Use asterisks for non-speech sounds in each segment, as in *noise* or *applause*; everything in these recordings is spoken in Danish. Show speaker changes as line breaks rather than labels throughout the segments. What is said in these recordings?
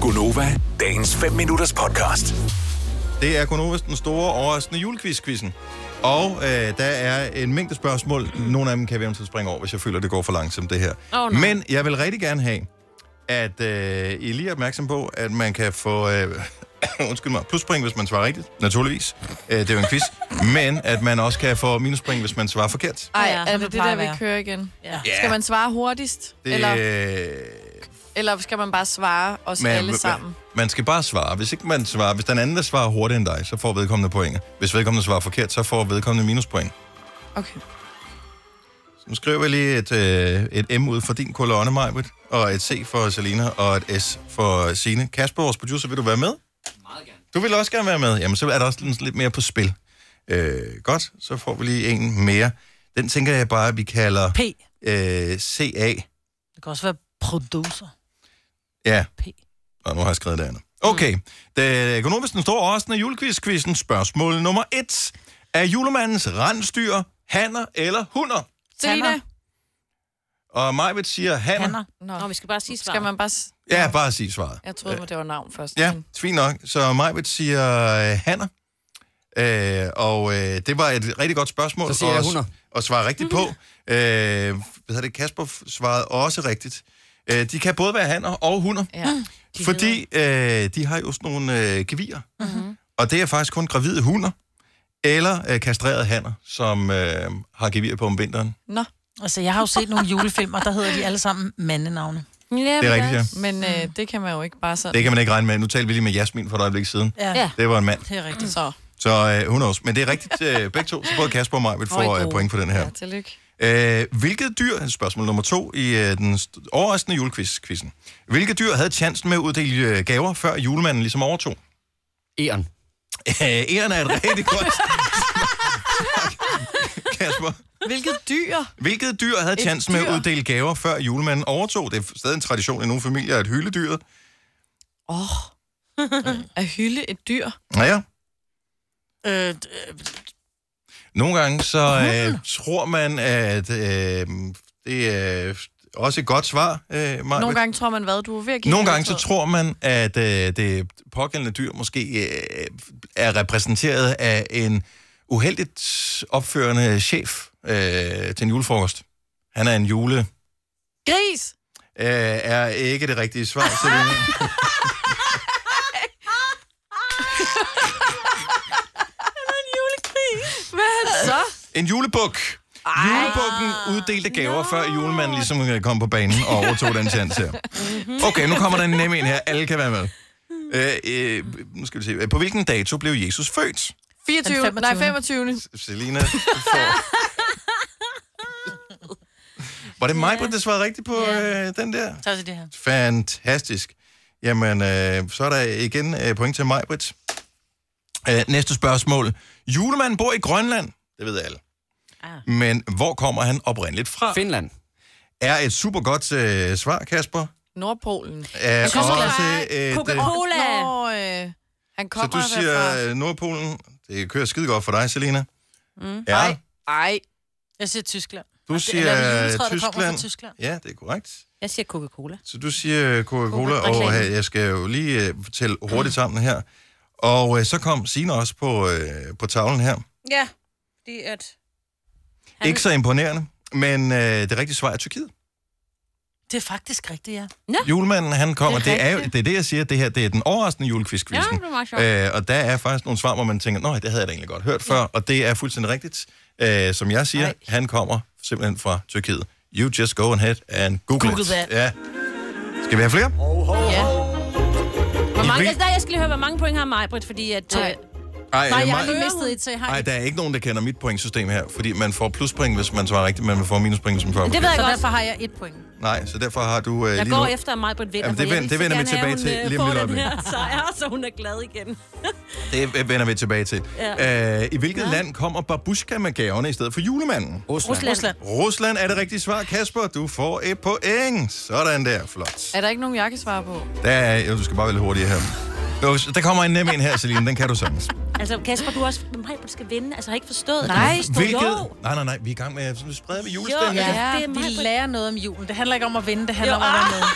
Gunova, dagens 5 minutters podcast.
Det er Konovas den store overraskende julequiz-quizzen. Og øh, der er en mængde spørgsmål. Nogle af dem kan vi eventuelt springe over, hvis jeg føler, det går for langsomt, det her.
Åh, nej.
Men jeg vil rigtig gerne have, at øh, I lige er opmærksom på, at man kan få... Øh, *coughs* undskyld mig, pluspring, hvis man svarer rigtigt, naturligvis. Øh, det er jo en quiz. Men at man også kan få minuspring, hvis man svarer forkert.
Ej,
Ja,
ja, er det
som
det,
det plejer
der
at
vil
være.
køre igen?
Ja.
Ja.
Skal man svare hurtigst?
Det,
Eller,
øh,
eller skal man bare svare os
Man,
alle sammen?
man skal bare svare. Hvis ikke man svarer, hvis den anden, der svarer hurtigere end dig, så får vedkommende point. Hvis vedkommende svarer forkert, så får vedkommende minuspoint.
Okay.
Nu skriver jeg lige et, øh, et M ud for din kolonne, Majbrit, og et C for Selina, og et S for Sine. Kasper, vores producer, vil du være med? Meget gerne. Du vil også gerne være med? Jamen, så er der også lidt- lidt mere på spil. Øh, godt, så får vi lige en mere. Den tænker jeg bare, at vi kalder
P.
øh, CA.
Det kan også være producer.
Ja,
P.
og nu har jeg skrevet det andet. Okay, det økonomisk den store overraskende julequiz-quizzen. Spørgsmål nummer et. Er julemandens rensdyr hanner eller hunder?
Sine?
Tanner.
Og Majbrit siger hanner.
Hanner.
Nå,
Nå, vi skal bare sige svaret.
skal man bare... s-
Ja, bare sig svaret.
Jeg troede, det var navn først.
Ja,
men-
fint nok. Så Majbrit siger øh, hanner. Øh, og øh, det var et rigtig godt spørgsmål.
Så siger jeg
at-
hunner.
At svare rigtigt *laughs* på. Øh, hvad hedder det? Kasper f- svarede også rigtigt. Øh, de kan både være hanner og hunder.
Ja.
De fordi øh, de har jo sådan nogle øh, gevier. Mm-hmm. Og det er faktisk kun gravide hunder eller øh, kastrerede hanner, som øh, har gevier på om vinteren.
Nå.
Altså, jeg har jo set nogle julefilm, og der hedder de alle sammen mandenavne.
Det er rigtigt, ja.
Men øh, det kan man jo ikke bare sådan.
Det kan man ikke regne med. Nu talte vi lige med Jasmin for et øjeblik siden.
Ja.
Det var en mand.
Det er rigtigt.
Så,
Så øh, hun også. Men det er rigtigt øh, begge to, så både Kasper og mig vil få øh, point for den her.
ja, tillykke.
Øh, hvilket dyr, spørgsmål nummer to i øh, den st- overraskende julequiz-quizzen. Hvilket dyr havde chancen med at uddele øh, gaver, før julemanden ligesom overtog? *laughs*
Eren.
Øh, Æren er et rigtig godt... *laughs* Kasper.
Hvilket dyr?
Hvilket dyr havde chancen med at
dyr?
uddele gaver, før julemanden overtog? Det er stadig en tradition i nogle familier, at hylde dyret.
Åh. At hylde et dyr.
Nå ja,
Øh,
Nogle gange så øh, tror man, at øh, det er også et godt svar, øh, Maja.
Nogle gange tror man, hvad du er ved at give.
Nogle
det
gange så
ud.
tror man, at øh, det pågældende dyr måske øh, er repræsenteret af en uheldigt opførende chef øh, til en julefrokost. Han er en jule... Øh,
Gris!
er ikke det rigtige svar, Selina.
Hvad er det så?
En julebuk. Julebukken uddelte gaver, før julemanden ligesom øh, kom på banen og overtog den chance her. Okay, nu kommer der en nem en her. Alle kan være med. Øh, øh, nu skal vi se. På hvilken dato blev Jesus født?
24.
Den 25..
Nej, 25.
Selina *laughs* får... Var det mig, der svarede rigtigt på øh, den der?
så er det det her.
Fantastisk. Jamen, øh, så er der igen øh, point til mig, Britt. Øh, næste spørgsmål. Julemanden bor i Grønland. Det ved alle. Ah. Men hvor kommer han oprindeligt fra? Find.
Finland.
Er et super godt øh, svar, Kasper.
Nordpolen.
Er
kommer
også
fra
et, øh,
Coca-Cola.
Nå, øh, han
så
kommer
du siger øh, Nordpolen. Det kører skide godt for dig, Selina. Mm. Ja,
Nej. Ej,
Jeg siger Tyskland.
du
Eller er det
siger øh,
juletræet, der kommer
Tyskland.
fra Tyskland?
Ja, det er korrekt.
Jeg siger Coca-Cola.
Så du siger øh, Coca-Cola,
Coca-Cola.
og øh, jeg skal jo lige øh, fortælle hurtigt sammen her. Og øh, så kom Signe også på, øh, på tavlen her.
Ja, fordi at...
Han... Ikke så imponerende, men øh, det rigtige svar er Tyrkiet.
Det er faktisk rigtigt, ja.
Julemanden, han kommer.
Det er
Det er, jo,
rigtigt.
det er det, jeg siger. Det her det er den overraskende
Ja,
julequiz-quizzen.
det var meget sjovt.
Øh, og der er faktisk nogle svar, hvor man tænker, nej, det havde jeg da egentlig godt hørt før, og det er fuldstændig rigtigt. Øh, som jeg siger, Ej. han kommer simpelthen fra Tyrkiet. You just go ahead and google,
Google
it.
that.
Ja. Skal vi have flere?
ja.
Hvor mange,
vil-
altså, der, jeg skal lige høre, hvor mange point har Majbrit, fordi at... Øh,
Ej,
Nej,
øh,
jeg
Maj-
har lige mistet et, så jeg har
Nej,
et.
der er ikke nogen, der kender mit pointsystem her, fordi man får pluspring, hvis man svarer rigtigt, men man får minuspoint, hvis man svarer
det ved jeg
Så
godt.
derfor har jeg et point.
Nej, så derfor har du øh,
Jeg
lige
går
nu...
efter, at Majbrit vinder,
Jamen, det
for jeg
vend- det
vil så
vender vi
gerne
tilbage til
have,
lige om
hun, øh,
lidt
får den
øjeblik.
her sejr, *laughs* så hun er glad igen.
Det vender vi tilbage til. Ja. Øh, I hvilket ja. land kommer babushka med gaverne i stedet for julemanden?
Rusland.
Rusland.
Rusland.
Rusland er det rigtige svar, Kasper. Du får et point. Sådan der, flot.
Er der ikke nogen, jeg kan svare på?
Der er, jo, du skal bare være lidt hurtigere her. Jo, så Der kommer en nem en her, Celine. Den kan du sagtens.
Altså, Kasper, du er også... Men Majbrit skal vinde. Altså, jeg har ikke forstået det.
Nej,
Forstå- Jo.
Nej, nej, nej. Vi er i gang med at sprede med julestemning. Ja.
Jo, ja. det er
Vi
Majbrit.
lærer noget om julen. Det handler ikke om at vinde, det handler om at være med.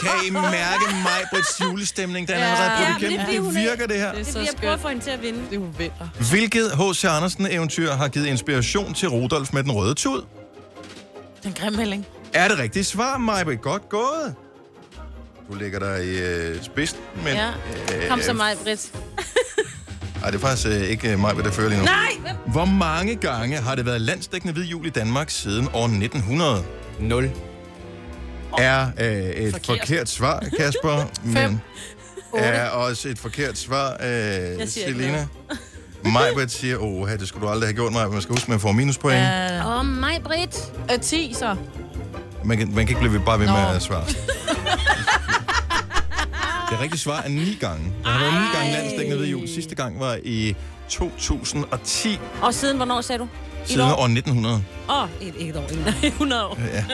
Kan I mærke mig på julestemning? Den er
Ja.
allerede
Ja, men
brudt
det er
igennem.
fordi, hun
Det
er-
virker, det her.
Det er
Det er
så
fordi, jeg prøver at
skønt.
få hende til at vinde.
Det er hun vinder.
Hvilket H.C. Andersen-eventyr har givet inspiration til Rudolf med den røde tud?
Den grimmelding.
Er det rigtigt svar, Majbrit? Godt gået. Du ligger der i øh, spidsen, men...
Ja.
øh,
Kom så meget, Britt.
Ej, det er faktisk øh, ikke mig, hvad der fører lige nu.
Nej!
Hvor mange gange har det været landsdækkende hvid jul i Danmark siden år 1900?
0.
Er øh, et forkert.
Forkert.
forkert svar,
*laughs*
Kasper, men er også et forkert svar, øh,
Jeg siger ikke
Selina. Majbert siger, åh, det skulle du aldrig have gjort, Majbert. Man skal huske, man får minuspoint. Ja.
Uh,
Åh, oh, mig, Britt.
Øh, 10 så.
Man, kan, man kan ikke blive ved, bare ved
Nå.
med at
*laughs*
svare. Det rigtige svar er ni gange. Der har været ni gange landsdækkende hvid jul. Sidste gang var i 2010,
Og siden hvornår, sagde du?
siden
år?
år 1900.
Åh, oh, ikke et år. i 100 år.
Ja.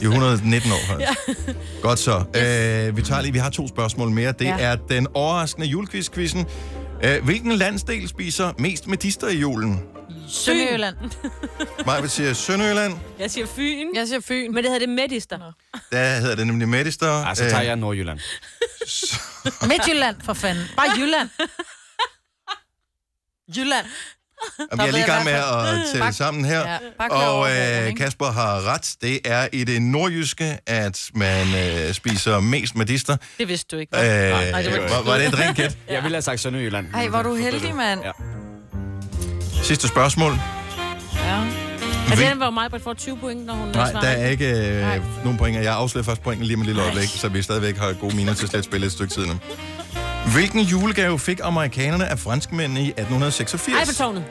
I 119
*laughs*
år, faktisk. Ja. Godt så. Øh, vi tager lige, vi har to spørgsmål mere. Det ja.
Ja.
er den overraskende julequiz-quizzen. Øh, hvilken landsdel spiser mest medister i julen?
Sønderjylland.
Maja vil sige Sønderjylland.
Jeg siger Fyn.
Jeg siger Fyn.
Men det hedder det Medister.
Der hedder det nemlig medister. Øh,
Ej, Ah, så tager jeg Nordjylland.
Midtjylland, for fanden. Bare Jylland. Jylland.
Øh, vi er lige i gang med at tælle
Bak-
sammen her.
Ja, bak-
Og
overvågning,
øh,
ikke?
Kasper har ret. Det er i det nordjyske, at man øh, spiser mest medister.
Det vidste du ikke.
Øh,
nej, det var ikke
var, var det et rent gæt?
Jeg ville have sagt Sønderjylland.
Ej, hvor er du heldig, mand.
Ja.
Sidste spørgsmål.
Ja.
Og det er, Altså, hvor mig, Britt får 20 point, når hun
Nej,
svarer.
der er ikke øh, nogen pointer. Jeg afslører først pointen lige om et lille øjeblik, så vi stadigvæk har gode miner til slet spille et stykke tid nu. Hvilken julegave fik amerikanerne af franskmændene i
Ej, på
1886?
tårnet.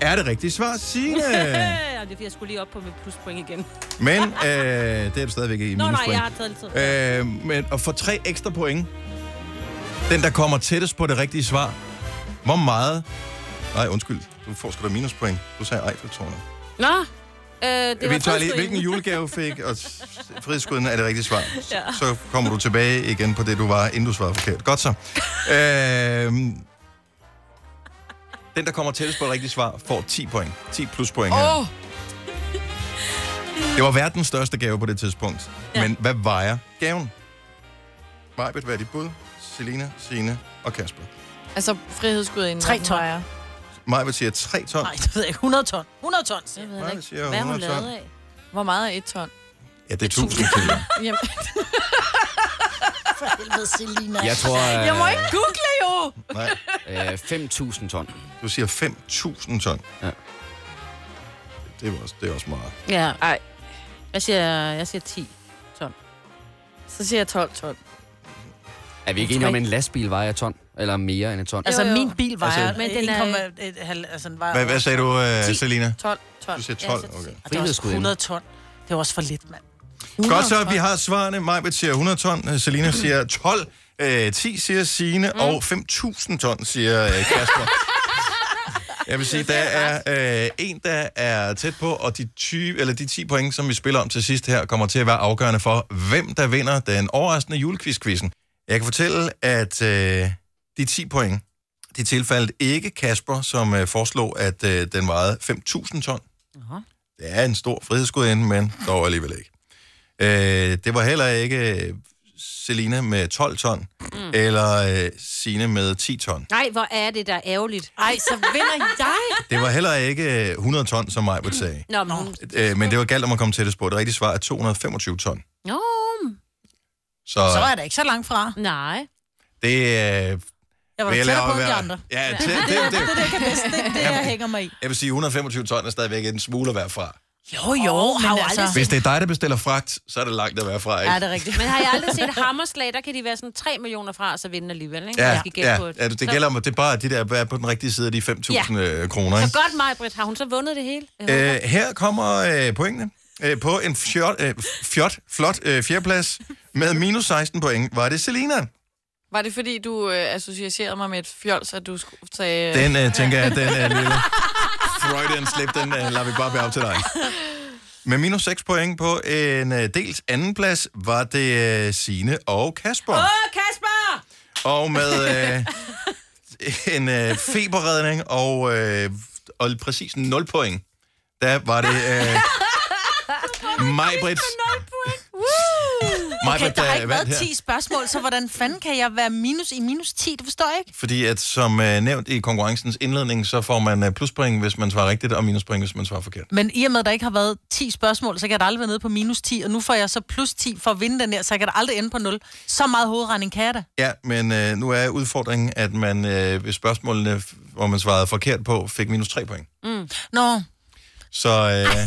er det rigtigt svar, Signe?
*laughs* Ja, det er, fordi jeg skulle lige op på mit pluspoint igen.
men øh, det er du stadigvæk i
Nå, nej,
minuspoint.
jeg har taget lidt tid.
Øh, men at få tre ekstra point, den der kommer tættest på det rigtige svar, hvor meget... Nej, undskyld. Du får sgu da minuspoint. Du sagde Eiffeltårnet.
Nå, øh, det var
Vi tager lige,
frihedspoint.
hvilken julegave fik, og frihedsguden er det rigtige svar. Ja. Så kommer du tilbage igen på det, du var, inden du svarede forkert. Godt så. Øhm, den, der kommer tættest på det rigtige svar, får 10 point. 10 plus point her.
Åh,
Det var verdens største gave på det tidspunkt. Ja. Men hvad vejer gaven? Majbet, hvad er dit bud? Selina, Signe og Kasper.
altså frihedsgudinden.
Tre
hvad
ton.
den vejer.
Majbet siger 3 ton.
Nej, det ved jeg ikke. 100 ton. 100 tons.
Jeg ved
Nej,
heller
det siger
ikke, hvad er hun
100 ton.
lavet af?
Hvor meget er et ton?
Ja, det er 1000 kilo.
*laughs*
Jamen,
For helvede, Selina.
Jeg tror,
jeg må ikke google jo!
Nej,
øh, 5.000 ton.
du siger 5.000 ton.
Ja.
Det er også, det er også meget.
Ja,
Ej,
jeg siger, jeg siger 10 ton.
så siger jeg 12 ton.
Er vi ikke enige om, at en lastbil vejer et ton? Eller mere end et ton?
Altså,
Jo, jo.
min bil vejer
Altså-
men den er... Altså, den vejer...
Hvad, hvad sagde du, øh, Selina?
12 ton.
Du siger
Ja,
12,
så-
okay.
Og det er også
Frihedsgudinde.
100 Altså, ton. Det er også for lidt, mand.
Godt så, vi har svarene. Majbet siger 100 ton, øh, Selina siger 12, øh, 10 siger Signe, mm. og 5.000 ton siger øh, *laughs* Kasper. Jeg vil sige, der er øh, en, der er tæt på, og de, 20, eller de 10 point, som vi spiller om til sidst her, kommer til at være afgørende for, hvem der vinder den overraskende julequiz-quizzen. Jeg kan fortælle, at øh, de 10 point, de tilfaldt ikke Kasper, som øh, foreslog, at øh, den vejede 5.000 ton. Det er en stor frihedsgudinde, men dog alligevel ikke. Øh, det var heller ikke øh, Selina med 12 ton, mm. eller øh, Sine med 10 ton.
Nej, hvor er det der ærgerligt.
Ej, så vinder jeg.
Det var heller ikke øh, 100 ton, som mig ville sige.
Nå, men hun...
Øh, men det var galt om at komme tættest på. Det rigtige svar er 225 ton.
Nå,
Så,
Så
så
er det ikke så langt fra.
nej.
det øh,
Jeg var
vil jeg
tættere
lade
på end de
være-
andre.
Ja, det, det, det,
*laughs* Det, der kan bedst, det, er det jeg hænger mig i.
jeg vil sige, 125 ton er stadigvæk en smule at være fra.
Jo, jo, oh, men
har jo
altså...
aldrig
Hvis det er dig, der bestiller fragt, så er det langt at være fra,
Ja,
ikke?
det er rigtigt.
Men har jeg aldrig set hammerslag, der kan de være sådan 3 millioner fra, og så vinde alligevel, ikke? Jeg
Ja,
skal gætte
ja,
på
ja, det gælder om, at det er bare de der, hvad er på den rigtige side af de 5.000 ja. kroner, ikke?
Så godt, mig, Britt. Har hun så vundet det hele?
Øh, her kommer øh, pointene. Øh, på en fjot, øh, fjot, flot øh, fjerdeplads med minus 16 point var det Selina.
Var det fordi, du øh, associerede mig med et fjols, at du skulle sagde...
Den øh, tænker jeg, den er lille. Freudian slip, den øh, lader vi bare være op til dig. Med minus 6 point på en øh, dels anden plads var det øh, Sine og Kasper.
Åh, Kasper!
Og med øh, en øh, feberredning og, øh, og præcis 0 point, der var det øh, Majbrits,
Okay,
Majbrit,
der
øh,
har ikke
vandt
været
her.
10 spørgsmål, så hvordan fanden kan jeg være minus i minus 10? Det forstår jeg ikke.
Fordi at som øh, nævnt i konkurrencens indledning, så får man øh, pluspoint, hvis man svarer rigtigt, og minuspoint, hvis man svarer forkert.
Men i og med, at der ikke har været 10 spørgsmål, så kan jeg da aldrig være nede på minus 10, og nu får jeg så plus 10 for at vinde den her, så jeg kan da aldrig ende på 0. Så meget hovedregning kan jeg da.
Ja, men øh, nu er udfordringen, at man øh, ved spørgsmålene, f- hvor man svarede forkert på, fik minus 3 point.
Nå,
Så øh,